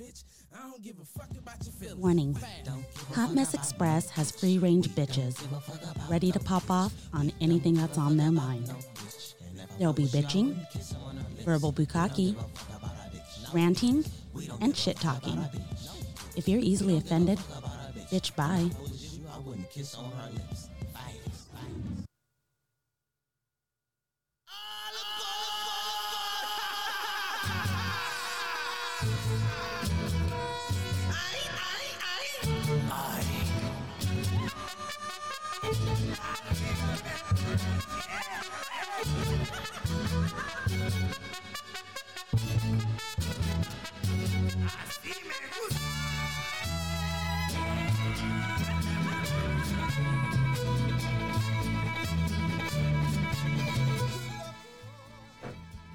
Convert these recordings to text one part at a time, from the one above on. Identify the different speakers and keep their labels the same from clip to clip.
Speaker 1: bitch. I don't give a fuck about your feelings.
Speaker 2: Warning Hot Mess Express has free range bitches ready to pop off on anything that's on their mind. There'll be bitching, verbal bukkake, ranting, and shit talking. If you're easily offended, bitch bye.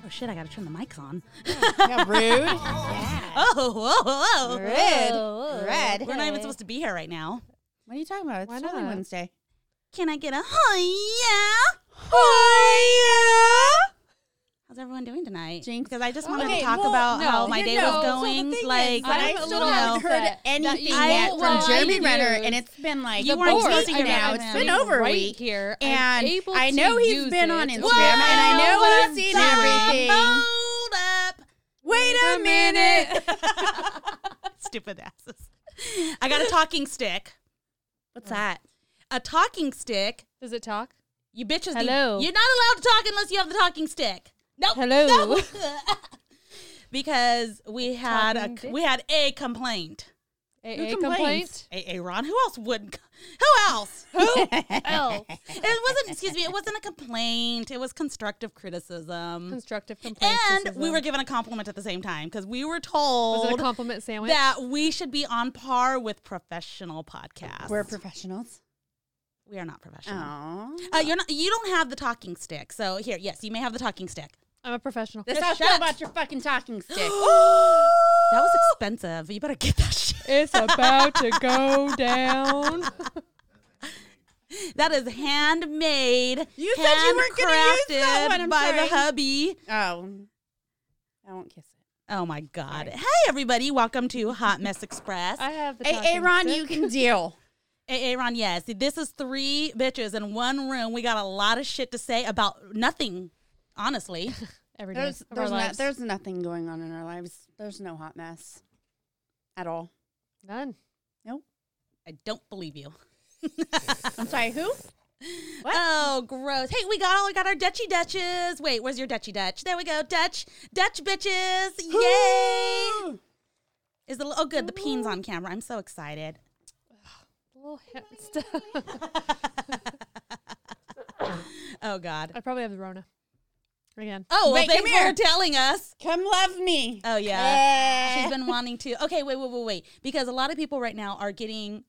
Speaker 2: Oh shit, I gotta turn the mics on.
Speaker 3: Yeah, rude.
Speaker 2: Oh, whoa, whoa, whoa.
Speaker 3: Rude. Red.
Speaker 2: We're not even supposed to be here right now.
Speaker 3: What are you talking about? It's
Speaker 4: Why
Speaker 3: totally
Speaker 4: not?
Speaker 3: Wednesday.
Speaker 2: Can I get a hi yeah?
Speaker 3: Oh
Speaker 2: How's everyone doing tonight?
Speaker 3: Jinx.
Speaker 2: Because I just wanted
Speaker 4: Okay,
Speaker 2: to talk
Speaker 4: well,
Speaker 2: about
Speaker 4: no,
Speaker 2: how my
Speaker 4: you
Speaker 2: day
Speaker 4: know,
Speaker 2: was
Speaker 4: so the
Speaker 2: going.
Speaker 3: thing is,
Speaker 2: like,
Speaker 3: I
Speaker 4: I'm a
Speaker 3: still
Speaker 4: little
Speaker 3: haven't
Speaker 4: upset
Speaker 3: heard
Speaker 4: that you
Speaker 3: anything
Speaker 4: won't
Speaker 3: yet from
Speaker 4: like
Speaker 3: Jeremy
Speaker 4: you.
Speaker 3: Renner, and it's been like
Speaker 2: You
Speaker 3: the
Speaker 2: weren't
Speaker 3: board
Speaker 2: supposed to be
Speaker 3: now.
Speaker 2: around
Speaker 3: It's
Speaker 2: him.
Speaker 3: been over a
Speaker 4: right
Speaker 3: week,
Speaker 4: here. I'm
Speaker 3: and
Speaker 4: able
Speaker 3: I
Speaker 4: to
Speaker 3: know he's
Speaker 4: use
Speaker 3: been
Speaker 4: it.
Speaker 3: on Instagram,
Speaker 4: Well,
Speaker 3: and I know
Speaker 4: what
Speaker 3: I've
Speaker 4: I'm
Speaker 3: seen
Speaker 4: done.
Speaker 3: everything.
Speaker 2: Hold up.
Speaker 3: Wait a minute.
Speaker 2: Stupid asses. I got a talking stick. Oh.
Speaker 3: What's that?
Speaker 2: A talking stick.
Speaker 4: Does it talk?
Speaker 2: You bitches.
Speaker 4: Hello.
Speaker 2: Need, you're not allowed to talk unless you have the talking stick. Nope.
Speaker 4: Hello.
Speaker 2: Nope. because we had
Speaker 4: Talking
Speaker 2: a
Speaker 4: dick.
Speaker 2: we had a complaint.
Speaker 4: A, a
Speaker 3: complains?
Speaker 4: complaint.
Speaker 2: A Ron. Who else wouldn't? c- Who else?
Speaker 4: L.
Speaker 2: it wasn't. Excuse me. It wasn't a complaint. It was constructive criticism.
Speaker 4: Constructive complaint.
Speaker 2: And we were given a compliment at the same time because we were told
Speaker 4: Was it a compliment sandwich?
Speaker 2: that we should be on par with professional podcasts.
Speaker 3: We're professionals.
Speaker 2: we are not professional.
Speaker 3: Oh,
Speaker 2: Uh, you're not. You don't have the talking stick. So here, yes, you may have the talking stick.
Speaker 4: I'm a professional.
Speaker 3: that's how I feel about your fucking talking stick. Oh.
Speaker 2: That was expensive. You better get that shit.
Speaker 4: It's about to go down.
Speaker 2: That is handmade.
Speaker 3: You said you weren't gonna use
Speaker 2: handcrafted
Speaker 3: that one. I'm
Speaker 2: by
Speaker 3: sorry.
Speaker 2: the hubby.
Speaker 3: Oh, I won't kiss it.
Speaker 2: Oh my god. Hey everybody, welcome to Hot Mess Express.
Speaker 4: I have the.
Speaker 3: Hey,
Speaker 4: talking
Speaker 3: Aaron,
Speaker 4: stick.
Speaker 3: you can deal.
Speaker 2: Hey, Aaron, yes. This is three bitches in one room. We got a lot of shit to say about nothing, honestly.
Speaker 4: Every day.
Speaker 3: There's
Speaker 4: of our
Speaker 3: there's, no,
Speaker 4: lives.
Speaker 3: there's nothing going on in our lives. There's no hot mess at all.
Speaker 4: none.
Speaker 3: Nope.
Speaker 2: I don't believe you.
Speaker 3: I'm sorry. Who?
Speaker 2: Oh, gross. Hey, we got all we got our Dutchy Dutches. Wait, where's your Dutchy Dutch? There we go. Dutch, Dutch bitches. Yay! Is the oh good, the peen's on camera. I'm so excited.
Speaker 4: Little hip stuff.
Speaker 2: Oh god.
Speaker 4: I probably have the Rona. Again.
Speaker 2: Oh, well,
Speaker 3: Wait,
Speaker 2: thanks
Speaker 3: come here.
Speaker 2: for telling us.
Speaker 3: Come love me.
Speaker 2: Oh yeah. She's
Speaker 3: Yeah.
Speaker 2: been wanting to. Okay, wait, wait, wait, wait. Because a lot of people right now are getting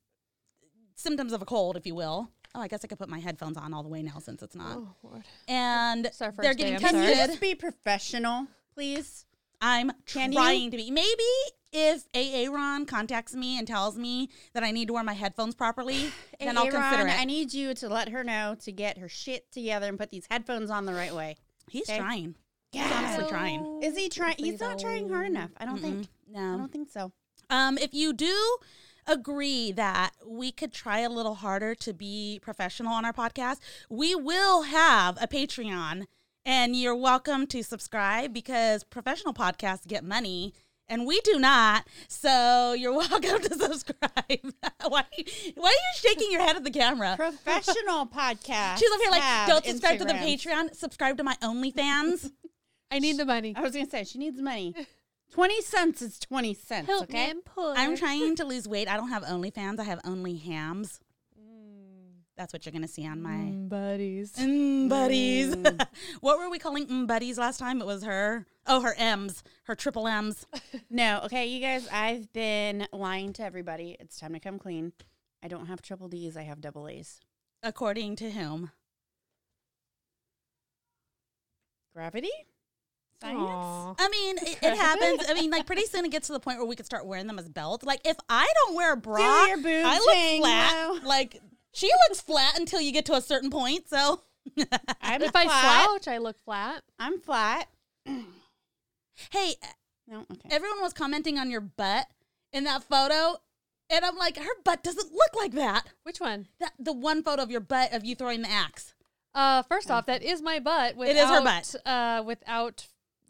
Speaker 2: symptoms of a cold, if you will. Oh, I guess I could put my headphones on all the way now since it's not.
Speaker 4: Oh Lord.
Speaker 2: And
Speaker 4: It's our first
Speaker 2: they're
Speaker 4: day,
Speaker 2: getting
Speaker 4: I'm
Speaker 3: Can
Speaker 4: sorry.
Speaker 3: you
Speaker 2: tested.
Speaker 3: just be professional, please?
Speaker 2: I'm
Speaker 3: Can you?
Speaker 2: trying to be. Maybe if Aaron contacts me and tells me that I need to wear my headphones properly, then I'll
Speaker 3: Aaron,
Speaker 2: consider it.
Speaker 3: I need you to let her know to get her shit together and put these headphones on the right way.
Speaker 2: He's
Speaker 3: Okay.
Speaker 2: trying.
Speaker 3: Yeah.
Speaker 2: Honestly, trying.
Speaker 3: Is he trying? He's not trying hard enough. I don't think. I
Speaker 2: No.
Speaker 3: don't think so.
Speaker 2: Um, if you do agree that we could try a little harder to be professional on our podcast, we will have a Patreon, and you're welcome to subscribe because professional podcasts get money. And we do not, so you're welcome to subscribe. why, why are you shaking your head at the camera?
Speaker 3: Professional podcast.
Speaker 2: She's up here like, don't subscribe to the Patreon. Subscribe to my OnlyFans.
Speaker 4: I need the money.
Speaker 3: I was gonna say she needs money. Twenty cents is twenty cents. Okay.
Speaker 2: I'm trying to lose weight. I don't have OnlyFans. I have Only Hams. That's what you're gonna see on my
Speaker 4: buddies.
Speaker 2: mm, buddies. what were we calling mm, buddies last time? It was her. Oh, her M's. Her triple M's.
Speaker 3: No, okay, you guys, I've been lying to everybody. It's time to come clean. I don't have triple D's, I have double A's.
Speaker 2: According to whom?
Speaker 3: Gravity? Science?
Speaker 4: Aw.
Speaker 2: I mean, it, it happens. I mean, like pretty soon it gets to the point where we could start wearing them as belts. Like if I don't wear a bra,
Speaker 3: your boobs
Speaker 2: I look
Speaker 3: hang
Speaker 2: flat.
Speaker 3: low.
Speaker 2: Like she looks flat until you get to a certain point. So.
Speaker 3: I'm
Speaker 4: If I
Speaker 3: flat.
Speaker 4: slouch, I look flat.
Speaker 3: I'm flat.
Speaker 2: Hey,
Speaker 3: No, okay.
Speaker 2: Everyone was commenting on your butt in that photo, and I'm like, her butt doesn't look like that.
Speaker 4: Which one?
Speaker 2: That the one photo of your butt of you throwing the axe.
Speaker 4: Uh, first off, that is my butt. Without,
Speaker 2: It is her
Speaker 4: Uh, without,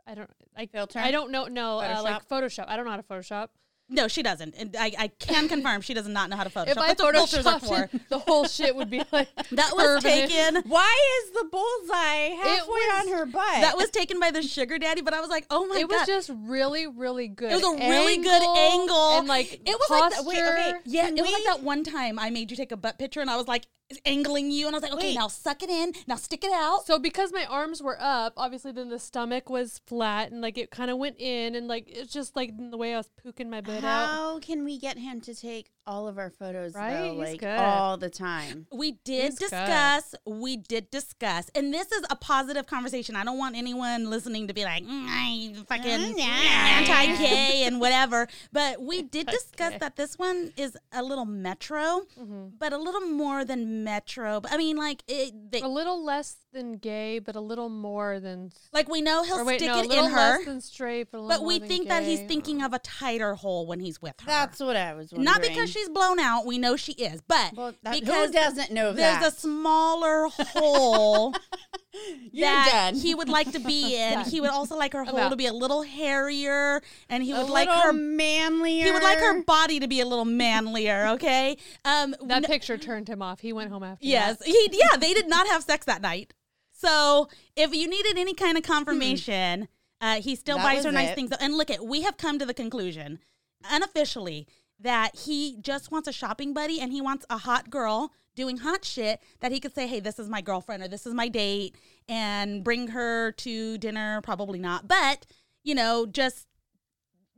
Speaker 4: I don't, I
Speaker 3: Filter?
Speaker 4: I don't know. No, uh, like
Speaker 3: Photoshop?
Speaker 4: Photoshop. I don't know how to Photoshop.
Speaker 2: No, she doesn't. And I, I can confirm she does not know how to Photoshop.
Speaker 4: If I
Speaker 2: That's what filters are for.
Speaker 4: photoshopped it, the whole shit would be like
Speaker 2: That was
Speaker 4: permanent.
Speaker 2: taken.
Speaker 3: Why is the bullseye halfway
Speaker 4: was-
Speaker 3: on her butt?
Speaker 2: That was taken by the sugar daddy, but I was like, oh my
Speaker 4: It
Speaker 2: god.
Speaker 4: was just really, really good.
Speaker 2: it was a really good angle.
Speaker 4: and like
Speaker 2: it was
Speaker 4: posture.
Speaker 2: like that, wait, okay. Yeah,
Speaker 3: Can
Speaker 2: it was like
Speaker 3: we-
Speaker 2: that one time I made you take a butt picture and I was like angling you and I was like, okay,
Speaker 3: Wait.
Speaker 2: now suck it in, now stick it out.
Speaker 4: So because my arms were up, obviously then the stomach was flat and like it kind of went in and like it's just like the way I was poking my butt out.
Speaker 3: How can we get him to take all of our photos
Speaker 4: Right?
Speaker 3: though,
Speaker 4: He's
Speaker 3: like
Speaker 4: good.
Speaker 3: all the time?
Speaker 2: We did
Speaker 4: It's good.
Speaker 2: discuss. We did discuss, and this is a positive conversation. I don't want anyone listening to be like, "Mm, I
Speaker 4: Mm,
Speaker 2: fucking mm, anti-gay and whatever. But we did discuss that this one is a little metro,
Speaker 4: Mm-hmm.
Speaker 2: but a little more than metro. But I mean, like, it, they,
Speaker 4: A little less than gay, but a little more than.
Speaker 2: like we know he'll
Speaker 4: Or wait,
Speaker 2: stick
Speaker 4: no, a
Speaker 2: it
Speaker 4: little
Speaker 2: in
Speaker 4: less
Speaker 2: her,
Speaker 4: than straight, but a little
Speaker 2: but
Speaker 4: more
Speaker 2: we
Speaker 4: than
Speaker 2: think that he's
Speaker 4: gay.
Speaker 2: thinking of a tighter hole when he's with her.
Speaker 3: That's what I was wondering.
Speaker 2: not because she's blown out. We know she is, but
Speaker 3: well, that,
Speaker 2: because
Speaker 3: who doesn't know
Speaker 2: there's a
Speaker 3: that?
Speaker 2: smaller hole.
Speaker 3: You're
Speaker 2: that
Speaker 3: done.
Speaker 2: he would like to be in. He would also like her hole to
Speaker 4: About.
Speaker 2: be a little hairier, and he
Speaker 3: A
Speaker 2: would like
Speaker 3: little
Speaker 2: her.
Speaker 3: manlier.
Speaker 2: He would like her body to be a little manlier. Okay. Um.
Speaker 4: That
Speaker 2: no-
Speaker 4: picture turned him off. He went home after.
Speaker 2: yes.
Speaker 4: that.
Speaker 2: He. Yeah. They did not have sex that night. So if you needed any kind of confirmation, uh, he still
Speaker 3: Hmm. That
Speaker 2: buys
Speaker 3: was
Speaker 2: her nice
Speaker 3: it.
Speaker 2: things. And look at we have come to the conclusion, unofficially, that he just wants a shopping buddy and he wants a hot girl doing hot shit that he could say, "Hey, this is my girlfriend" or "This is my date," and bring her to dinner. Probably not, but you know, just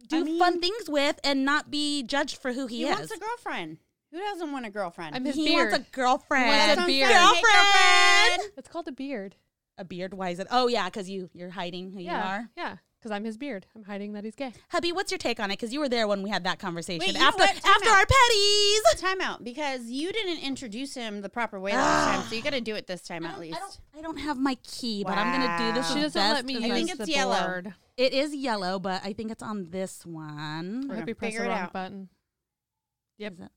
Speaker 2: do
Speaker 3: I mean-
Speaker 2: fun things with and not be judged for who he,
Speaker 3: He
Speaker 2: is.
Speaker 3: wants a girlfriend. Who doesn't want a girlfriend?
Speaker 4: I'm his
Speaker 2: he
Speaker 4: beard.
Speaker 2: wants a girlfriend.
Speaker 4: He wants a beard.
Speaker 2: Girlfriend.
Speaker 4: it's called a beard.
Speaker 2: A beard? Why is it? Oh yeah, because you you're hiding who
Speaker 4: yeah,
Speaker 2: you are.
Speaker 4: yeah. Because I'm his beard. I'm hiding that he's gay.
Speaker 2: Hubby, what's your take on it? Because you were there when we had that conversation
Speaker 3: Wait, you know
Speaker 2: after
Speaker 3: what? Time
Speaker 2: after
Speaker 3: out.
Speaker 2: our petties.
Speaker 3: Time out because you didn't introduce him the proper way last time, so you got to do it this time at least.
Speaker 2: I don't, I don't have my key, but I'm gonna do this.
Speaker 3: Wow.
Speaker 4: She
Speaker 2: as
Speaker 4: doesn't
Speaker 2: Oh, best
Speaker 4: let me
Speaker 2: as
Speaker 4: use
Speaker 2: I-
Speaker 3: think
Speaker 4: the
Speaker 3: it's yellow.
Speaker 4: board.
Speaker 2: It is yellow, but I think it's on this one.
Speaker 4: I
Speaker 3: We're
Speaker 4: hope
Speaker 3: gonna
Speaker 4: you press
Speaker 3: figure
Speaker 4: the
Speaker 3: it
Speaker 4: wrong
Speaker 3: out.
Speaker 4: button. Yep.
Speaker 2: Is it-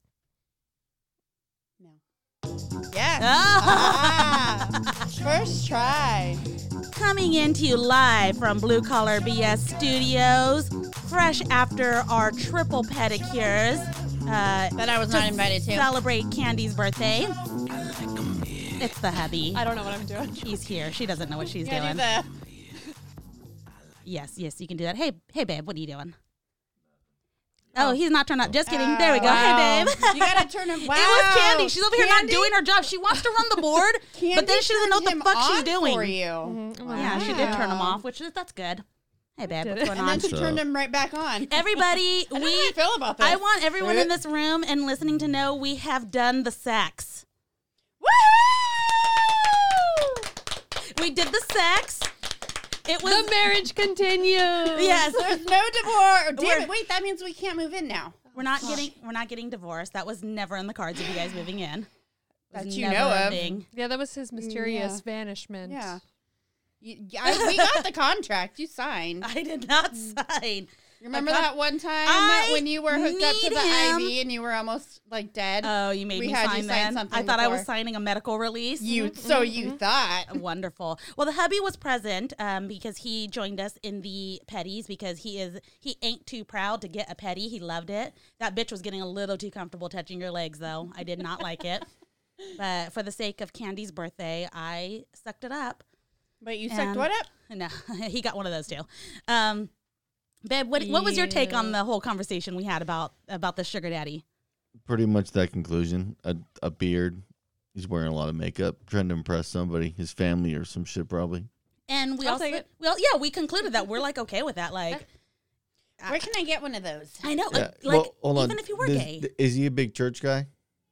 Speaker 3: Yes.
Speaker 2: Ah.
Speaker 3: Ah. First try.
Speaker 2: Coming into you live from Blue Collar BS Studios, fresh after our triple pedicures. Uh,
Speaker 3: That I was
Speaker 2: to
Speaker 3: not invited to.
Speaker 2: Celebrate Candy's birthday. It's the hubby.
Speaker 4: I don't know what I'm doing.
Speaker 2: He's here. She doesn't know what she's
Speaker 3: Yeah,
Speaker 2: doing.
Speaker 3: do the-
Speaker 2: Yes, yes, you can do that. Hey, hey, babe, what are you doing? Oh, he's not turned up. Just kidding. there we go. Hey,
Speaker 3: Wow.
Speaker 2: babe.
Speaker 3: you gotta turn him. Wow.
Speaker 2: It was Candy. She's over here not
Speaker 3: Candy-
Speaker 2: doing her job. She wants to run the board, but then
Speaker 3: Candy
Speaker 2: she doesn't know what
Speaker 3: turned
Speaker 2: the fuck
Speaker 3: him
Speaker 2: she's
Speaker 3: on
Speaker 2: doing. Mm-hmm.
Speaker 3: For you.
Speaker 2: Yeah, she did turn him
Speaker 3: Wow.
Speaker 2: off, which is that's good. Hey, babe,
Speaker 4: did
Speaker 2: what's
Speaker 4: it.
Speaker 2: going
Speaker 3: And
Speaker 2: on?
Speaker 3: then she turned him right back on.
Speaker 2: Everybody,
Speaker 3: I don't know how I
Speaker 2: we.
Speaker 3: feel about this.
Speaker 2: I want everyone in this room and listening to know we have done the sex.
Speaker 3: Woo!
Speaker 2: We did the sex. It was
Speaker 4: The marriage continues.
Speaker 2: yes.
Speaker 3: There's no divorce. Oh,
Speaker 2: We're-
Speaker 3: Damn it! Wait, that means we can't move in now.
Speaker 2: We're not getting we're not getting divorced. That was never in the cards of you guys moving in.
Speaker 3: That
Speaker 2: Was
Speaker 3: you
Speaker 2: never
Speaker 3: know
Speaker 2: a
Speaker 3: of.
Speaker 2: thing.
Speaker 4: Yeah, that was his
Speaker 2: Mm,
Speaker 4: mysterious
Speaker 3: Yeah.
Speaker 4: vanishment.
Speaker 3: Yeah. You, I, we got the contract. You signed.
Speaker 2: I did not sign.
Speaker 3: Mm. Remember
Speaker 2: I got-
Speaker 3: that one time
Speaker 2: I
Speaker 3: when you were hooked up to
Speaker 2: need
Speaker 3: the
Speaker 2: him.
Speaker 3: IV and you were almost like dead?
Speaker 2: Oh, you made
Speaker 3: We
Speaker 2: me
Speaker 3: had
Speaker 2: sign
Speaker 3: you sign
Speaker 2: that. I
Speaker 3: something
Speaker 2: thought I was
Speaker 3: before.
Speaker 2: signing Mm-hmm. a medical release.
Speaker 3: you so you thought.
Speaker 2: Wonderful. Well, the hubby was present um, because he joined us in the petties because he is he ain't too proud to get a petty. He loved it. That bitch was getting a little too comfortable touching your legs though. I did not like it. But for the sake of Candy's birthday, I sucked it up.
Speaker 3: But you
Speaker 2: And-
Speaker 3: sucked what up?
Speaker 2: No, he got one of those too. Um, babe, what, what was your take on
Speaker 4: Ew.
Speaker 2: the whole conversation we had about about the sugar daddy?
Speaker 5: pretty much that conclusion. A, a beard. He's wearing a lot of makeup, trying to impress somebody, his family or some shit probably.
Speaker 2: And we
Speaker 4: I'll
Speaker 2: also,
Speaker 4: take it.
Speaker 2: well, yeah, we concluded that we're like okay with that. Like,
Speaker 3: Where can I get one of those?
Speaker 2: I know,
Speaker 5: Yeah.
Speaker 2: like,
Speaker 5: well, hold on.
Speaker 2: even if you were
Speaker 5: Does-
Speaker 2: gay,
Speaker 5: is he a big church guy?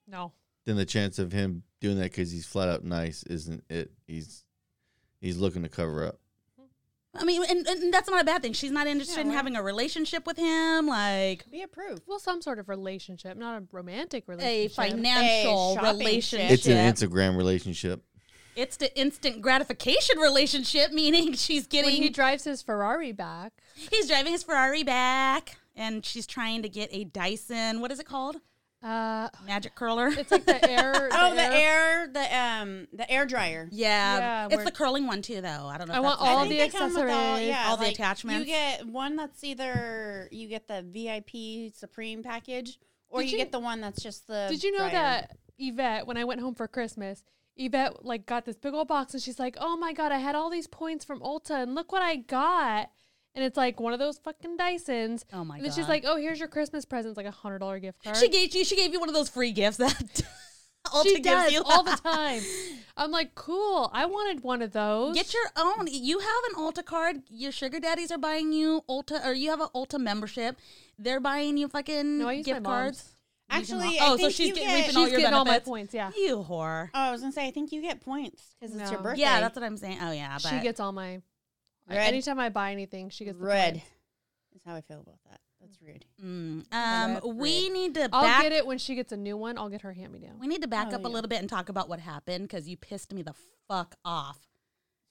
Speaker 4: No.
Speaker 5: Then the chance of him doing that because he's flat out nice isn't it? He's he's looking to cover up.
Speaker 2: I mean, and, and that's not a bad thing. She's not interested
Speaker 3: Yeah,
Speaker 2: in
Speaker 3: we're-
Speaker 2: having a relationship with him, like
Speaker 3: We approve.
Speaker 4: Well, some sort of relationship, not a romantic
Speaker 2: a
Speaker 4: relationship.
Speaker 2: financial
Speaker 3: shopping
Speaker 2: relationship.
Speaker 3: shit.
Speaker 5: It's an Instagram relationship.
Speaker 2: It's the instant gratification relationship, meaning she's
Speaker 4: When
Speaker 2: getting
Speaker 4: he drives his Ferrari back,
Speaker 2: he's driving his Ferrari back, and she's trying to get a Dyson. What is it called?
Speaker 4: uh,
Speaker 2: Magic curler.
Speaker 4: it's like the air.
Speaker 3: Oh, the air, the um, the air dryer.
Speaker 2: yeah,
Speaker 4: Yeah,
Speaker 2: it's
Speaker 4: where-
Speaker 2: the curling one too, though. I don't know.
Speaker 4: I
Speaker 2: if
Speaker 4: want
Speaker 2: that's
Speaker 4: all
Speaker 2: I think
Speaker 4: the
Speaker 3: they come with
Speaker 4: accessories,
Speaker 2: all the
Speaker 3: You
Speaker 2: attachments.
Speaker 3: get one that's either you get the VIP Supreme package, or
Speaker 4: Did
Speaker 3: you,
Speaker 4: you-
Speaker 3: get the one that's just the.
Speaker 4: Did you know
Speaker 3: dryer.
Speaker 4: that Yvette, when I went home for Christmas, Yvette like got this big old box and she's like, "Oh my god, I had all these points from Ulta and look what I got." And it's like one of those fucking Dysons.
Speaker 2: Oh my
Speaker 4: And then
Speaker 2: God.
Speaker 4: she's like, "Oh, here's your Christmas present, It's like a hundred dollar gift card."
Speaker 2: She gave you. She gave you one of those free gifts that Ulta
Speaker 4: She
Speaker 2: gives
Speaker 4: does
Speaker 2: you
Speaker 4: all the time. I'm like, cool. I wanted one of those.
Speaker 2: Get your own. You have an Ulta card. Your sugar daddies are buying you Ulta, or you have an Ulta membership. They're buying you fucking
Speaker 4: no, I use
Speaker 2: gift
Speaker 4: my
Speaker 2: cards.
Speaker 4: mom's.
Speaker 3: Actually,
Speaker 2: Oh,
Speaker 3: I
Speaker 2: so
Speaker 3: think
Speaker 2: she's
Speaker 3: you
Speaker 2: get-
Speaker 3: get,
Speaker 2: reaping
Speaker 4: She's
Speaker 2: all your
Speaker 4: getting all my
Speaker 2: benefits.
Speaker 4: points. Yeah,
Speaker 2: You whore.
Speaker 3: Oh, I was gonna say, I think you get points because it's your
Speaker 4: No.
Speaker 3: birthday.
Speaker 2: Yeah, that's what I'm saying. Oh yeah, but
Speaker 4: she gets all my.
Speaker 3: Red.
Speaker 4: Anytime I buy anything, she gets the
Speaker 3: red.
Speaker 4: points.
Speaker 3: Is how I feel about that. That's rude.
Speaker 2: Mm,
Speaker 3: that's
Speaker 2: um, we
Speaker 3: great.
Speaker 2: need to
Speaker 4: I'll
Speaker 2: back.
Speaker 4: get it when she gets a new one. I'll get her hand me down.
Speaker 2: We need to back
Speaker 3: Oh,
Speaker 2: up a
Speaker 3: yeah.
Speaker 2: little bit and talk about what happened because you pissed me the fuck off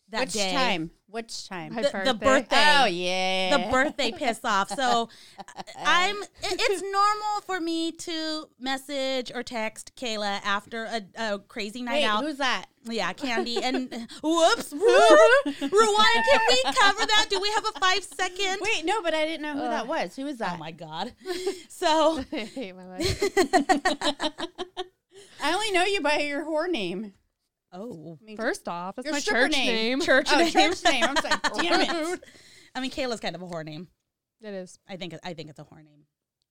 Speaker 2: that
Speaker 3: Which
Speaker 2: day.
Speaker 3: time? Which time?
Speaker 4: My
Speaker 2: The, the
Speaker 4: birthday.
Speaker 2: birthday.
Speaker 3: Oh yeah.
Speaker 2: the birthday piss off. So uh, I'm. it- It's normal for me to message or text Kayla after a, a crazy night
Speaker 3: Wait,
Speaker 2: out.
Speaker 3: who's that?
Speaker 2: Yeah, Candy and whoops, whoop, rewind. Can we cover that? Do we have a five second?
Speaker 3: Wait, no, but I didn't know who that was. Who was that?
Speaker 2: Oh my god! So
Speaker 4: I hate my life.
Speaker 3: I only know you by your whore name.
Speaker 2: oh,
Speaker 4: First off, that's
Speaker 3: Your
Speaker 4: my
Speaker 3: stripper
Speaker 4: church
Speaker 3: name.
Speaker 4: name.
Speaker 2: church
Speaker 3: Oh,
Speaker 2: name.
Speaker 3: church name. I'm sorry. Damn it.
Speaker 2: I mean, Kayla's kind of a whore name.
Speaker 4: It is.
Speaker 2: I think I think it's a whore name.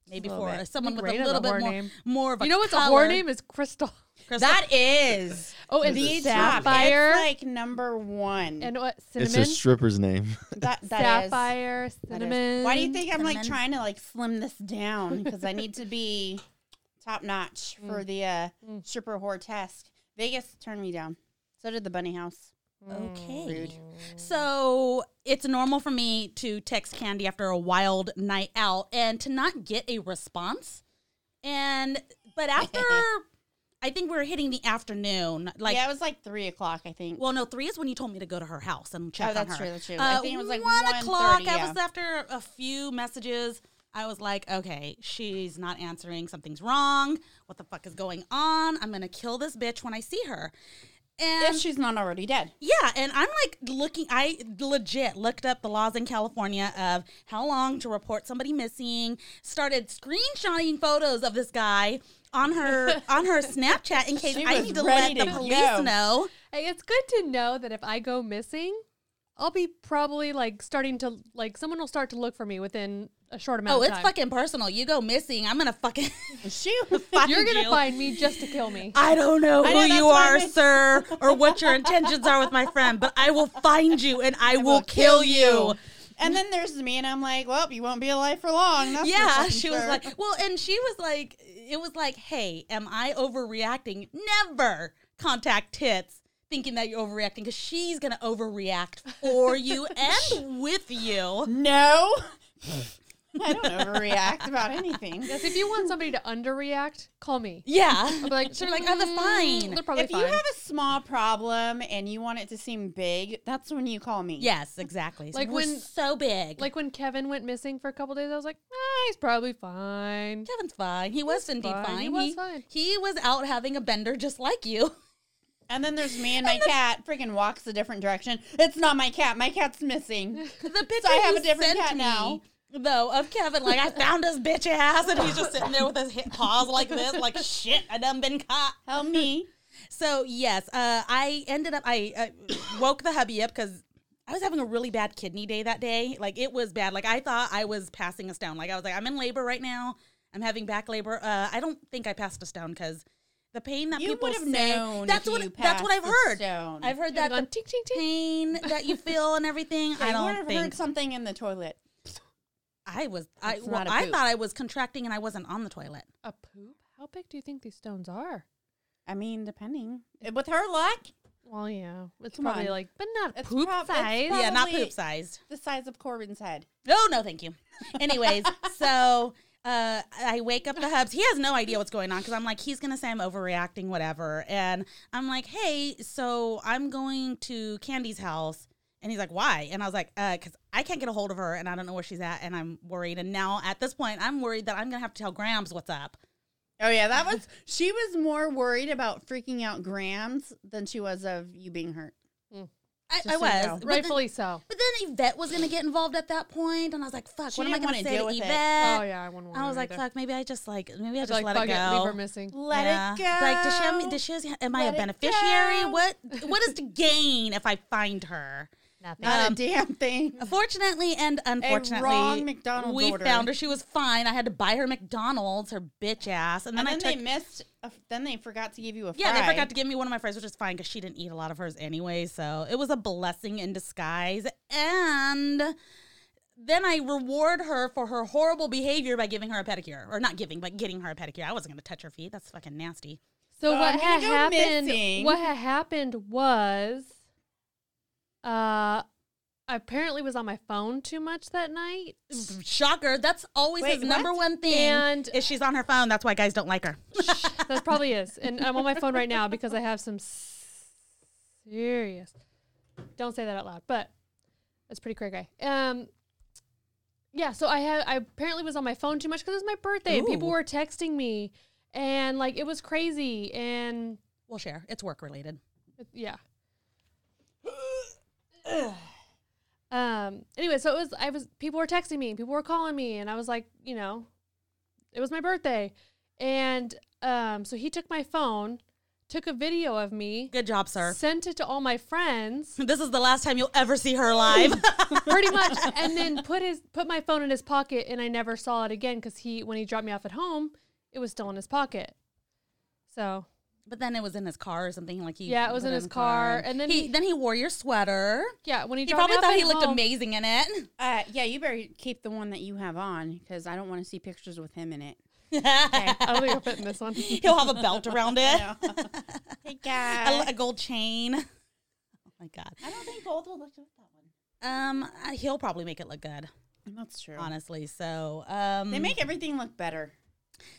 Speaker 2: Maybe
Speaker 3: little
Speaker 2: for
Speaker 3: bit.
Speaker 2: someone with a
Speaker 4: Raina's a
Speaker 2: little bit
Speaker 4: whore
Speaker 2: more,
Speaker 4: name.
Speaker 2: more of a
Speaker 4: You know what's
Speaker 2: color.
Speaker 4: a whore name is Crystal.
Speaker 2: Crystal-
Speaker 3: That is
Speaker 4: Oh, and
Speaker 5: It's a
Speaker 4: Sapphire.
Speaker 3: It's like number one.
Speaker 4: and what
Speaker 5: It's
Speaker 4: cinnamon?
Speaker 5: a stripper's name.
Speaker 3: that, that is-
Speaker 4: Sapphire,
Speaker 3: that is.
Speaker 4: cinnamon.
Speaker 3: Why do you think I'm like
Speaker 2: Cinnamon.
Speaker 3: trying to like slim this down? Because I need to be top notch
Speaker 2: Mm.
Speaker 3: for the uh, stripper whore test. Vegas turned me down. So did the bunny house.
Speaker 2: Okay.
Speaker 3: Rude.
Speaker 2: So it's normal for me to text Candy after a wild night out and to not get a response. And but after I think we were hitting the afternoon, like
Speaker 3: yeah, it was like three o'clock, I think.
Speaker 2: well, no, three is when you told me to go to her house and check
Speaker 3: Oh,
Speaker 2: on
Speaker 3: that's
Speaker 2: her. Uh,
Speaker 3: true, that's true. I think it was like 1:30,
Speaker 2: o'clock. I
Speaker 3: yeah.
Speaker 2: was after a few messages. I was like, okay, she's not answering. Something's wrong. What the fuck is going on? I'm gonna kill this bitch when I see her. And
Speaker 3: if she's not already dead.
Speaker 2: yeah, and I'm like looking. I legit looked up the laws in California of how long to report somebody missing. Started screenshotting photos of this guy on her on her Snapchat in case
Speaker 3: She
Speaker 2: I
Speaker 3: was
Speaker 2: need to let
Speaker 3: ready
Speaker 2: the
Speaker 3: to
Speaker 2: police
Speaker 3: go.
Speaker 2: know.
Speaker 4: Hey, it's good to know that if I go missing, I'll be probably like starting to like someone will start to look for me within a short amount.
Speaker 2: Oh,
Speaker 4: of
Speaker 2: it's
Speaker 4: time.
Speaker 2: fucking personal. You go missing, I'm gonna fucking.
Speaker 3: She
Speaker 4: You're gonna
Speaker 2: you.
Speaker 4: find me just to kill me.
Speaker 2: I don't know who
Speaker 3: know, that's
Speaker 2: you
Speaker 3: what I
Speaker 2: are,
Speaker 3: mean.
Speaker 2: sir, or what your intentions are with my friend, but I will find you and I, will, kill, you.
Speaker 3: And then there's me, and I'm like, well, you won't be alive for long. That's for
Speaker 2: yeah,
Speaker 3: fucking
Speaker 2: she was
Speaker 3: sure.
Speaker 2: like, well, and she was like, it was like, hey, am I overreacting? Never contact tits thinking that you're overreacting because she's gonna overreact for you and with you.
Speaker 3: no. I don't overreact about anything.
Speaker 4: Yes, if you want somebody to underreact, call me.
Speaker 2: Yeah,
Speaker 4: I'll be like,
Speaker 2: She'll be like, "Oh, they're
Speaker 4: "Mm,
Speaker 2: fine."
Speaker 4: They're probably
Speaker 3: if
Speaker 4: fine.
Speaker 3: you have a small problem and you want it to seem big, that's when you call me.
Speaker 2: yes, exactly.
Speaker 4: Like
Speaker 2: Like when
Speaker 4: when-
Speaker 2: so big,
Speaker 4: like when Kevin went missing for a couple days, I was like, ah, he's probably fine.
Speaker 2: Kevin's fine. He was indeed
Speaker 4: fine.
Speaker 2: fine.
Speaker 4: He was fine.
Speaker 2: He was out having a bender just like you.
Speaker 3: And then there's me and my cat freaking walks a different direction. It's not my cat. My cat's missing.
Speaker 2: The picture
Speaker 3: I have
Speaker 2: he
Speaker 3: a different
Speaker 2: sent
Speaker 3: cat
Speaker 2: me,
Speaker 3: now.
Speaker 2: Though of Kevin, like I found his bitch ass, and he's just sitting there with his hip paws like this, like shit, I done been caught.
Speaker 3: Help me.
Speaker 2: So yes, uh, I ended up. I uh, woke the hubby up because I was having a really bad kidney day that day. Like it was bad. Like I thought I was passing us down. Like I was like, I'm in labor right now. I'm having back labor. Uh, I don't think I passed us down because the pain that
Speaker 3: You
Speaker 2: people
Speaker 3: would have
Speaker 2: say-
Speaker 3: known.
Speaker 2: That's
Speaker 3: if
Speaker 2: what.
Speaker 3: you
Speaker 2: that's what I've
Speaker 3: passed the
Speaker 2: heard.
Speaker 3: Stone.
Speaker 2: I've heard that the
Speaker 4: Gone, ting, ting, ting.
Speaker 2: pain that you feel and everything. I
Speaker 3: You would
Speaker 2: don't
Speaker 3: have
Speaker 2: think
Speaker 3: heard something in the toilet.
Speaker 2: I was. I
Speaker 3: That's
Speaker 2: well,
Speaker 3: not a
Speaker 2: I
Speaker 3: poop.
Speaker 2: thought I was contracting and I wasn't on the toilet.
Speaker 4: A poop? How big do you think these stones are?
Speaker 3: I mean, depending. With her luck,
Speaker 4: Well, yeah, it's
Speaker 3: Come
Speaker 4: probably
Speaker 3: on.
Speaker 4: like, but not
Speaker 3: It's
Speaker 4: poop
Speaker 3: prob- it's
Speaker 4: size.
Speaker 3: prob-
Speaker 2: Yeah, not
Speaker 3: Probably-
Speaker 2: poop sized.
Speaker 3: the size of Corbin's head.
Speaker 2: No, no, thank you. Anyways, so uh, uh, I wake up the hubs. He has no idea what's going on because I'm like, he's going to say I'm overreacting, whatever. And I'm like, hey, so I'm going to Candy's house. And he's like, why? And I was like, because I can't get a hold of her and I don't know where she's at and I'm worried. And now at this point, I'm worried that I'm going to have to tell Grams what's up.
Speaker 3: Oh yeah, that was she was more worried about freaking out Grams than she was of you being hurt.
Speaker 2: I,
Speaker 3: Just
Speaker 2: I
Speaker 3: so you
Speaker 2: was.
Speaker 3: know.
Speaker 2: but then-
Speaker 4: Rightfully so.
Speaker 2: But then Yvette was going to get involved at that point, and I was like, "Fuck,
Speaker 3: She
Speaker 2: what am I going to
Speaker 3: didn't wanna
Speaker 2: say
Speaker 3: deal
Speaker 2: to
Speaker 3: with it.
Speaker 2: Yvette?"
Speaker 4: Oh yeah, I wouldn't want
Speaker 2: I was
Speaker 4: her
Speaker 2: like,
Speaker 4: either.
Speaker 2: "Fuck, maybe I just like maybe I
Speaker 4: I'd
Speaker 2: just
Speaker 4: be like,
Speaker 2: let it
Speaker 4: fuck
Speaker 2: go."
Speaker 4: it, leave her missing.
Speaker 3: Let
Speaker 2: Yeah.
Speaker 3: it
Speaker 2: It's
Speaker 3: go.
Speaker 2: Like, does she? Have me, does she? Am I
Speaker 3: Let
Speaker 2: a
Speaker 3: it
Speaker 2: beneficiary?
Speaker 3: go.
Speaker 2: What? What is to gain if I find her?
Speaker 4: Nothing.
Speaker 3: Not
Speaker 2: Um,
Speaker 3: a damn thing.
Speaker 2: Fortunately and unfortunately,
Speaker 3: wrong McDonald's
Speaker 2: we
Speaker 3: order.
Speaker 2: found her. She was fine. I had to buy her McDonald's, her bitch ass, and then
Speaker 3: And then
Speaker 2: I
Speaker 3: they
Speaker 2: took.
Speaker 3: missed. A, then they forgot to give you a.
Speaker 2: yeah,
Speaker 3: fry.
Speaker 2: they forgot to give me one of my fries, which is fine because she didn't eat a lot of hers anyway. So it was a blessing in disguise. And then I reward her for her horrible behavior by giving her a pedicure, or not giving, but getting her a pedicure. I wasn't going to touch her feet. That's fucking nasty.
Speaker 4: So
Speaker 3: Oh,
Speaker 4: what
Speaker 3: I'm
Speaker 4: had
Speaker 3: gonna go
Speaker 4: happened?
Speaker 3: missing.
Speaker 4: What had happened was, uh, apparently was on my phone too much that night.
Speaker 2: Shocker. That's always
Speaker 3: Wait,
Speaker 2: his number
Speaker 3: what?
Speaker 2: one thing.
Speaker 4: And-
Speaker 2: is she's on her phone. That's why guys don't like her.
Speaker 4: that probably is, and I'm on my phone right now because I have some serious. Don't say that out loud, but that's pretty cray cray. Um, yeah. So I had I apparently was on my phone too much because it was my birthday and people
Speaker 2: Ooh.
Speaker 4: were texting me, and like it was crazy, and
Speaker 2: we'll share. It's work related.
Speaker 4: yeah. um. Anyway, so it was. I was. People were texting me. People were calling me, and I was like, you know, it was my birthday, and um. So he took my phone, took a video of me,
Speaker 2: Good job, sir.
Speaker 4: sent it to all my friends,
Speaker 2: This is the last time you'll ever see her live.
Speaker 4: pretty much, and then put his put my phone in his pocket, and I never saw it again because he when he dropped me off at home, it was still in his pocket. So
Speaker 2: but then it was in his car or something. Like he
Speaker 4: Yeah, it was
Speaker 2: put
Speaker 4: in
Speaker 2: it
Speaker 4: his
Speaker 2: the
Speaker 4: car,
Speaker 2: and,
Speaker 4: and then
Speaker 2: he,
Speaker 4: he-
Speaker 2: then he wore your sweater.
Speaker 4: yeah, when he,
Speaker 2: He
Speaker 4: dropped
Speaker 2: probably
Speaker 4: me off
Speaker 2: thought
Speaker 4: at
Speaker 2: he looked
Speaker 4: home-
Speaker 2: amazing in it.
Speaker 3: Uh, yeah, you better keep the one that you have on because I don't want to see pictures with him in it.
Speaker 4: I don't think I'll fit in this one.
Speaker 2: He'll have a belt around it,
Speaker 3: No. hey
Speaker 2: a,
Speaker 3: guys.
Speaker 2: l- a gold chain. Oh my god.
Speaker 3: I don't think gold will look good with that
Speaker 2: Um, uh, he'll probably make it look good,
Speaker 3: one. That's true.
Speaker 2: honestly. So, um,
Speaker 3: They make everything look better.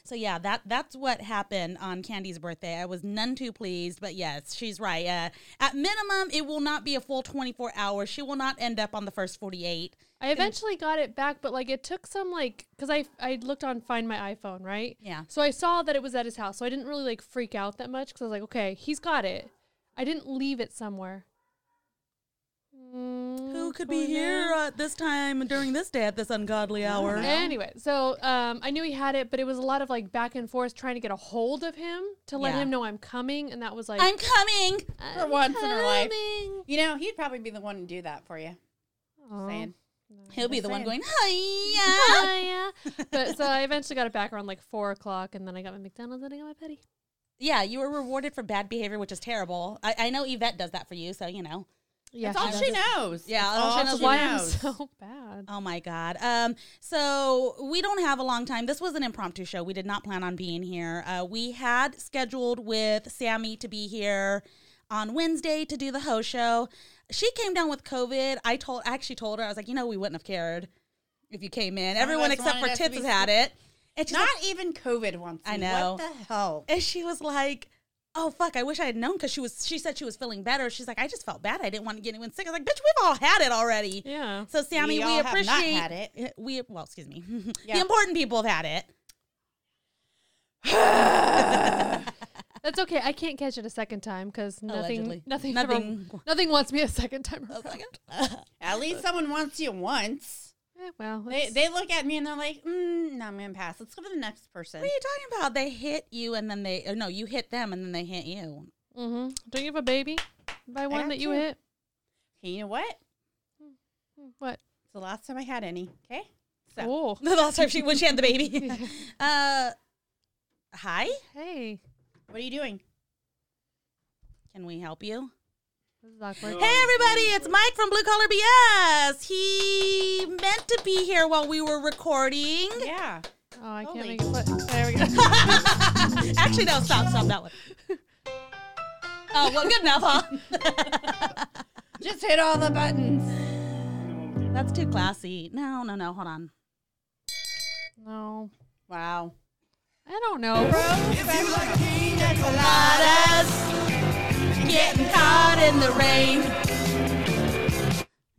Speaker 2: so yeah, that that's what happened on Candy's birthday. I was none too pleased, but yes, she's right. Uh, at minimum, it will not be a full twenty four hours. She will not end up on the first forty eight.
Speaker 4: I eventually got it back, but like it took some like because I I looked on Find My iPhone, right?
Speaker 2: Yeah.
Speaker 4: So I saw that it was at his house, so I didn't really like freak out that much because I was like, okay, he's got it. I didn't leave it somewhere. Mm,
Speaker 2: Who
Speaker 4: Who
Speaker 2: could be here at this time during this day at this ungodly hour?
Speaker 4: Anyway, so um, I knew he had it, but it was a lot of like back and forth trying to get a hold of him to let
Speaker 2: Yeah.
Speaker 4: him know I'm coming, and that was like "Uh,
Speaker 2: I'm coming.
Speaker 3: For once in her life.
Speaker 4: coming.
Speaker 3: You know, he'd probably be the one to do that for you.
Speaker 4: Aw.
Speaker 3: Saying.
Speaker 2: He'll be
Speaker 3: Just
Speaker 2: the one
Speaker 3: saying.
Speaker 2: going, hiya.
Speaker 4: yeah. But so I eventually got it back around like four o'clock, and then I got my McDonald's and I got my petty.
Speaker 2: Yeah, you were rewarded for bad behavior, which is terrible. I, I know Yvette does that for you, so you know.
Speaker 4: Yeah,
Speaker 3: That's all she knows.
Speaker 2: Yeah,
Speaker 3: That's
Speaker 2: all she knows
Speaker 4: That's
Speaker 2: she
Speaker 4: why I'm so bad.
Speaker 2: Oh my God. Um, so we don't have a long time. This was an impromptu show. We did not plan on being here. Uh, we had scheduled with Sammy to be here on Wednesday to do the ho show. She came down with COVID. I told, I actually told her, I was like, you know, we wouldn't have cared if you came in. Everyone
Speaker 3: us
Speaker 2: except for
Speaker 3: wanted us to
Speaker 2: Tits
Speaker 3: be
Speaker 2: has had it. And she's
Speaker 3: Not
Speaker 2: like-
Speaker 3: even COVID wants
Speaker 2: I
Speaker 3: me.
Speaker 2: know.
Speaker 3: What the hell?
Speaker 2: and she was like oh fuck i wish i had known because she was she said she was feeling better she's like i just felt bad i didn't want to get anyone sick i was like bitch we've all had it already
Speaker 4: Yeah.
Speaker 2: so sammy
Speaker 3: We
Speaker 2: we,
Speaker 3: all have not
Speaker 2: appreciate
Speaker 3: had it.
Speaker 2: Yeah, we well excuse me the
Speaker 3: Yeah.
Speaker 2: important people have had it
Speaker 4: That's okay. I can't catch it a second time because nothing,
Speaker 2: Allegedly.
Speaker 4: nothing,
Speaker 2: Nothing. Oh,
Speaker 4: nothing, nothing wants me a second time.
Speaker 2: I was
Speaker 4: around.
Speaker 2: like,
Speaker 3: uh,
Speaker 2: "Ugh."
Speaker 3: At least someone wants you once.
Speaker 4: Eh, well,
Speaker 3: They,
Speaker 4: it's-
Speaker 3: they look at me and they're like, mm, no, I'm going to pass. Let's go to the next person.
Speaker 2: what are you talking about they hit you and then they or no you hit them and then they hit you
Speaker 4: mhm. don't you have a baby by one
Speaker 3: got
Speaker 4: that you
Speaker 3: two.
Speaker 4: hit?
Speaker 3: Okay, you know what? It's
Speaker 4: What?
Speaker 3: the last time I had any. Okay. So,
Speaker 4: Oh,
Speaker 2: the last time she when she had the baby uh hi
Speaker 4: hey,
Speaker 3: what are you doing?
Speaker 2: can we help you
Speaker 4: this is awkward.
Speaker 2: Oh, Hey everybody, it's Mike from Blue Collar BS. He meant to be here while we were recording.
Speaker 3: Yeah.
Speaker 4: Oh, I can't
Speaker 3: Holy-
Speaker 4: make it. Put. There we go.
Speaker 2: Actually, no, stop, stop that one. Oh, well, good enough, huh?
Speaker 3: Just hit all the buttons.
Speaker 2: That's too classy. No, no, no, hold on.
Speaker 4: no.
Speaker 3: Wow.
Speaker 4: I don't know.
Speaker 2: Coladas, getting caught in the rain.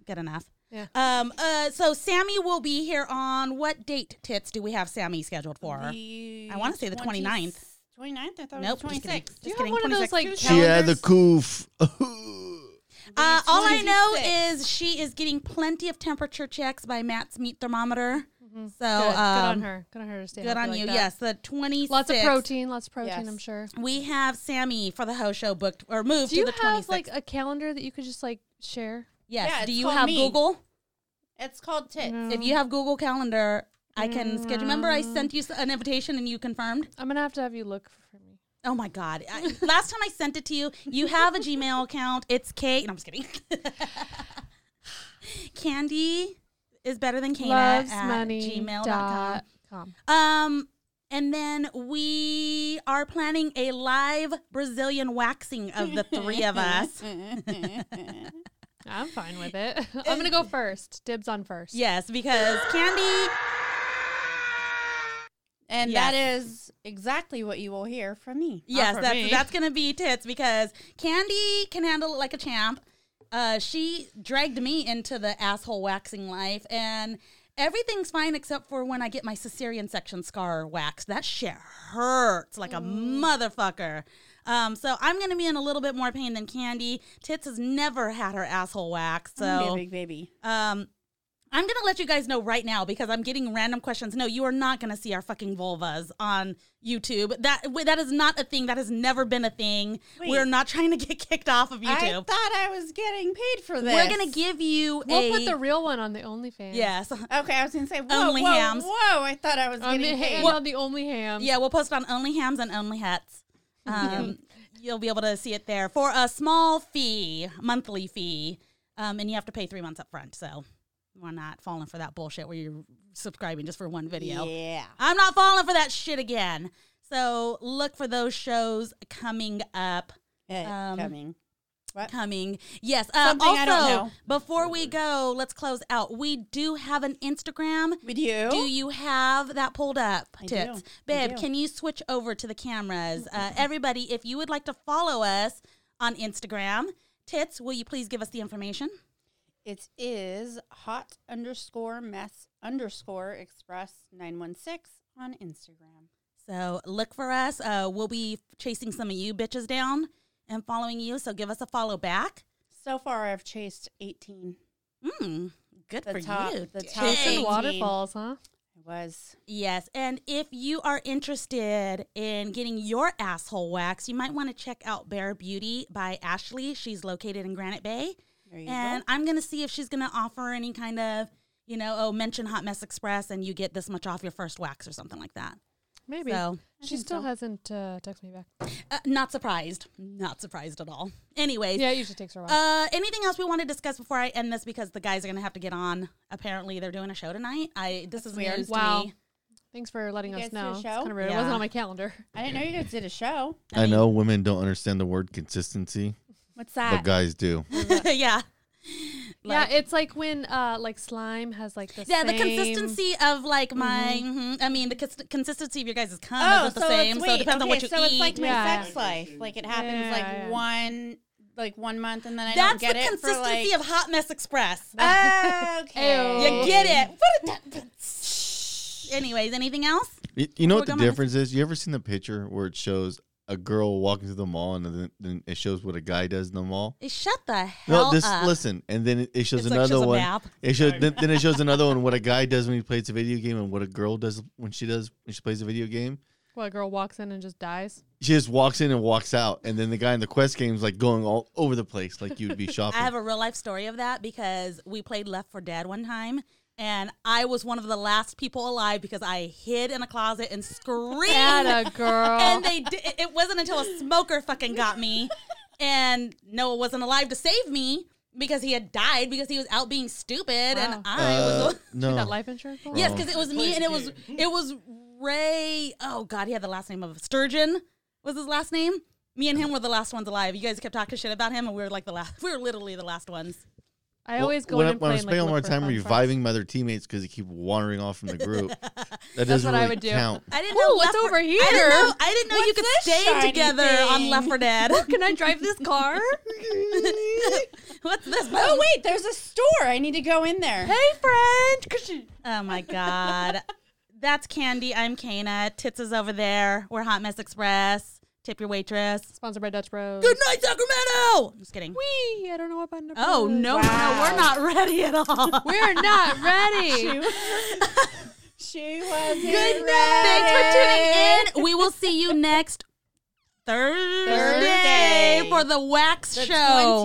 Speaker 2: Good enough.
Speaker 4: Yeah.
Speaker 2: Um. Uh. So Sammy will be here on what date? Tits? Do we have Sammy scheduled for? I wanna say the 29th.
Speaker 3: 29th? I thought
Speaker 2: nope. Just
Speaker 3: it was
Speaker 2: kidding.
Speaker 3: 26th.
Speaker 2: Just
Speaker 4: you have
Speaker 2: kidding.
Speaker 4: one of those,
Speaker 2: 26th.
Speaker 4: like,
Speaker 5: She had the
Speaker 4: Calendars?
Speaker 5: coof.
Speaker 2: Uh, all I know
Speaker 3: 26.
Speaker 2: is she is getting plenty of temperature checks by Matt's meat thermometer. So
Speaker 4: Mm-hmm. Good, good on
Speaker 2: um,
Speaker 4: her. Good on her to stay
Speaker 2: Good
Speaker 4: healthy
Speaker 2: on
Speaker 4: like
Speaker 2: you.
Speaker 4: that.
Speaker 2: Yes, the twenty.
Speaker 4: Lots of protein. Lots of protein.
Speaker 3: Yes.
Speaker 4: I'm sure.
Speaker 2: We have Sammy for the Ho Show booked or moved
Speaker 4: Do you
Speaker 2: to the
Speaker 4: have
Speaker 2: 26th.
Speaker 4: like a calendar that you could just like share?
Speaker 2: yes.
Speaker 3: Yeah,
Speaker 2: Do
Speaker 3: it's
Speaker 2: you
Speaker 3: called
Speaker 2: have
Speaker 3: me.
Speaker 2: Google?
Speaker 3: It's called tits.
Speaker 4: No.
Speaker 2: If you have Google Calendar, I can schedule. Remember, I
Speaker 4: Mm-hmm.
Speaker 2: sent you s- an invitation and you confirmed.
Speaker 4: I'm gonna have to have you look for me.
Speaker 2: Oh my God! I, last time I sent it to you, you have a Gmail account. It's K. No, I'm just kidding. Candy is better than Kana
Speaker 4: Loves
Speaker 2: at
Speaker 4: money.
Speaker 2: gmail.com.
Speaker 4: Dot com.
Speaker 2: Um, and then we are planning a live Brazilian waxing of the three of us.
Speaker 4: I'm fine with it. I'm gonna go first. Dibs on first.
Speaker 2: Yes, because Candy,
Speaker 3: And
Speaker 2: Yes.
Speaker 3: that is exactly what you will hear from me.
Speaker 2: yes,
Speaker 4: for
Speaker 2: that's
Speaker 4: me.
Speaker 2: that's gonna be tits because Candy can handle it like a champ. Uh, she dragged me into the asshole waxing life, and everything's fine except for when I get my cesarean section scar waxed. That shit hurts like a
Speaker 4: Mm.
Speaker 2: motherfucker. Um, so I'm gonna be in a little bit more pain than Candy. Tits has never had her asshole
Speaker 4: Mm,
Speaker 2: waxed, so
Speaker 3: I'm gonna be a big baby.
Speaker 2: Um, I'm gonna let you guys know right now because I'm getting random questions. No, you are not gonna see our fucking vulvas on YouTube. That w- that is not a thing. That has never been a thing.
Speaker 3: Wait.
Speaker 2: We're not trying to get kicked off of
Speaker 3: I
Speaker 2: YouTube.
Speaker 3: thought I was getting paid for this.
Speaker 2: We're gonna give you
Speaker 4: We'll
Speaker 2: a
Speaker 4: put the real one on the OnlyFans.
Speaker 2: yes,
Speaker 3: Okay, I was gonna say whoa,
Speaker 2: Only
Speaker 3: whoa,
Speaker 2: hams.
Speaker 3: whoa! I thought I was
Speaker 4: On the,
Speaker 3: getting paid.
Speaker 4: ham, on the only ham.
Speaker 2: yeah. We'll post on Only Hams and Only Hats. Um, you'll be able to see it there for a small fee, monthly fee, um, and you have to pay three months up front. So we're not falling for that bullshit where you're subscribing just for one video.
Speaker 3: Yeah.
Speaker 2: I'm not falling for that shit again. So look for those shows coming up.
Speaker 3: Hey,
Speaker 2: Um,
Speaker 3: coming.
Speaker 2: Coming. Yes. Uh,
Speaker 3: Something
Speaker 2: also,
Speaker 3: I don't know.
Speaker 2: before we go, let's close out. We do have an Instagram.
Speaker 3: With you?
Speaker 2: Do you have that pulled up,
Speaker 3: I do.
Speaker 2: Tits?
Speaker 3: I
Speaker 2: Babe,
Speaker 3: do.
Speaker 2: can you switch over to the cameras? Uh, everybody, if you would like to follow us on Instagram, Tits, will you please give us the information?
Speaker 3: It is hot underscore mess underscore express nine one six on Instagram.
Speaker 2: So look for us. Uh, we'll be chasing some of you bitches down and following you. So give us a follow back.
Speaker 3: So far, I've chased eighteen.
Speaker 2: Mm, good
Speaker 3: The
Speaker 2: for
Speaker 3: top-
Speaker 2: you.
Speaker 3: the
Speaker 2: Dang.
Speaker 3: top Hey.
Speaker 4: Chasing waterfalls, huh?
Speaker 3: I was
Speaker 2: Yes, and if you are interested in getting your asshole waxed, you might want to check out Bear Beauty by Ashley. She's located in Granite Bay,
Speaker 3: there. You
Speaker 2: and I'm going to see if she's going to offer any kind of, you know, oh, mention Hot Mess Express and you get this much off your first wax or something like that.
Speaker 4: Maybe.
Speaker 2: So-
Speaker 4: she
Speaker 3: think
Speaker 4: still
Speaker 3: so.
Speaker 4: hasn't uh, texted me back.
Speaker 2: Uh, not surprised. Not surprised at all. Anyways,
Speaker 4: Yeah, it usually takes her a while.
Speaker 2: Uh, anything else we want to discuss before I end this? Because the guys are going to have to get on. Apparently, they're doing a show tonight. I this is
Speaker 3: weird.
Speaker 2: news
Speaker 4: Wow.
Speaker 2: to me.
Speaker 4: Thanks for letting
Speaker 3: You guys
Speaker 4: us
Speaker 3: did a
Speaker 4: know. It's
Speaker 3: show?
Speaker 4: kind of rude. It
Speaker 2: Yeah.
Speaker 4: wasn't on my calendar.
Speaker 3: go. I didn't know you guys did a show.
Speaker 5: I know women don't understand the word consistency,
Speaker 3: What's
Speaker 5: but
Speaker 3: that?
Speaker 5: guys do.
Speaker 2: yeah, Like-
Speaker 4: yeah, it's like when uh, like slime has like the
Speaker 2: yeah. The
Speaker 4: same-
Speaker 2: consistency of like my, mhm, I mean, the cons- consistency of your guys' cum
Speaker 3: Mm-hmm. oh,
Speaker 2: is
Speaker 3: so
Speaker 2: the same. So
Speaker 3: it's
Speaker 2: it
Speaker 3: wait,
Speaker 2: depends
Speaker 3: okay,
Speaker 2: on what you
Speaker 3: so it's
Speaker 2: eat.
Speaker 3: like my
Speaker 4: Yeah.
Speaker 3: sex life. Like it happens
Speaker 4: Yeah,
Speaker 3: like
Speaker 4: yeah.
Speaker 3: one, like one month, and then I
Speaker 2: That's
Speaker 3: don't get
Speaker 2: the
Speaker 3: it for
Speaker 2: consistency
Speaker 3: like. Oh.
Speaker 2: of Hot Mess Express.
Speaker 3: okay.
Speaker 2: You get it. What a Anyways, anything else?
Speaker 5: Y- You know
Speaker 2: We're
Speaker 5: what the
Speaker 2: gonna-
Speaker 5: difference is? You ever seen the picture where it shows a girl walking through the mall and then- then it shows what a guy does in the mall?
Speaker 2: Eh, Shut the hell
Speaker 5: No, this
Speaker 4: uh,
Speaker 2: up.
Speaker 5: listen, and then it- it shows
Speaker 2: It's like
Speaker 5: another
Speaker 2: shows a
Speaker 5: one.
Speaker 2: map.
Speaker 5: It shows then, then it shows another one what a guy does when he plays a video game and what a girl does when she does when she plays a video game.
Speaker 4: Well, a girl walks in and just dies.
Speaker 5: She just walks in and walks out, and then the guy in the quest game's like going all over the place, like you would be shopping.
Speaker 2: I have a real life story of that because we played Left for Dead one time. And I was one of the last people alive because I hid in a closet and screamed.
Speaker 4: At a girl.
Speaker 3: Oh.
Speaker 2: and they di- it wasn't until a smoker fucking got me, and Noah wasn't alive to save me because he had died because he was out being stupid,
Speaker 4: Wow.
Speaker 2: and I
Speaker 5: Uh,
Speaker 2: was the-
Speaker 5: no,
Speaker 4: that life insurance. policy?
Speaker 2: yes, because it was me and it was it was Ray. Oh God, he had the last name of Sturgeon was his last name. Me and him were the last ones alive. You guys kept talking shit about him, and we were like the last. We were literally the last ones.
Speaker 4: I always go
Speaker 5: when
Speaker 4: in
Speaker 5: I-
Speaker 4: and play
Speaker 5: when I'm
Speaker 4: and, like,
Speaker 5: spending all my
Speaker 4: look for
Speaker 5: time
Speaker 4: fun facts.
Speaker 5: reviving my other teammates because they keep wandering off from the group. That doesn't
Speaker 4: what I
Speaker 5: really
Speaker 4: would do.
Speaker 5: count.
Speaker 2: I didn't know
Speaker 4: Ooh,
Speaker 2: Left
Speaker 4: what's
Speaker 2: 4
Speaker 4: over here?
Speaker 2: I didn't know. I didn't know you
Speaker 3: What's
Speaker 2: could
Speaker 3: this
Speaker 2: stay
Speaker 3: shiny
Speaker 2: together on
Speaker 3: thing?
Speaker 2: Left 4 Dead.
Speaker 4: Can I drive this car?
Speaker 2: What's this?
Speaker 3: Oh wait, there's a store. I need to go in there.
Speaker 4: hey, friend. 'Cause she-
Speaker 2: Oh my god. That's Candy. I'm Kana. Tits is over there. We're Hot Mess Express. Tip your waitress.
Speaker 4: Sponsored by Dutch Bros.
Speaker 2: Good night, Sacramento. Just kidding.
Speaker 4: Wee, I don't know about Dutch
Speaker 2: Oh
Speaker 4: Bros.
Speaker 2: no, no,
Speaker 3: Wow.
Speaker 2: we're not ready at all.
Speaker 4: We're not ready.
Speaker 3: She was
Speaker 2: Good night. Thanks for tuning in. We will see you next Thursday,
Speaker 3: Thursday.
Speaker 2: for the wax
Speaker 3: The
Speaker 2: show.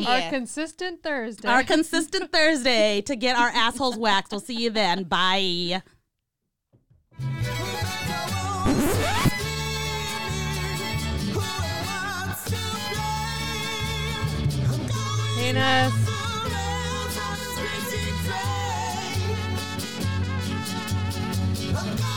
Speaker 3: 20th.
Speaker 4: Our
Speaker 3: Yeah.
Speaker 4: consistent Thursday.
Speaker 2: Our consistent Thursday to get our assholes waxed. We'll see you then. Bye.
Speaker 4: Hannah.
Speaker 1: I'm going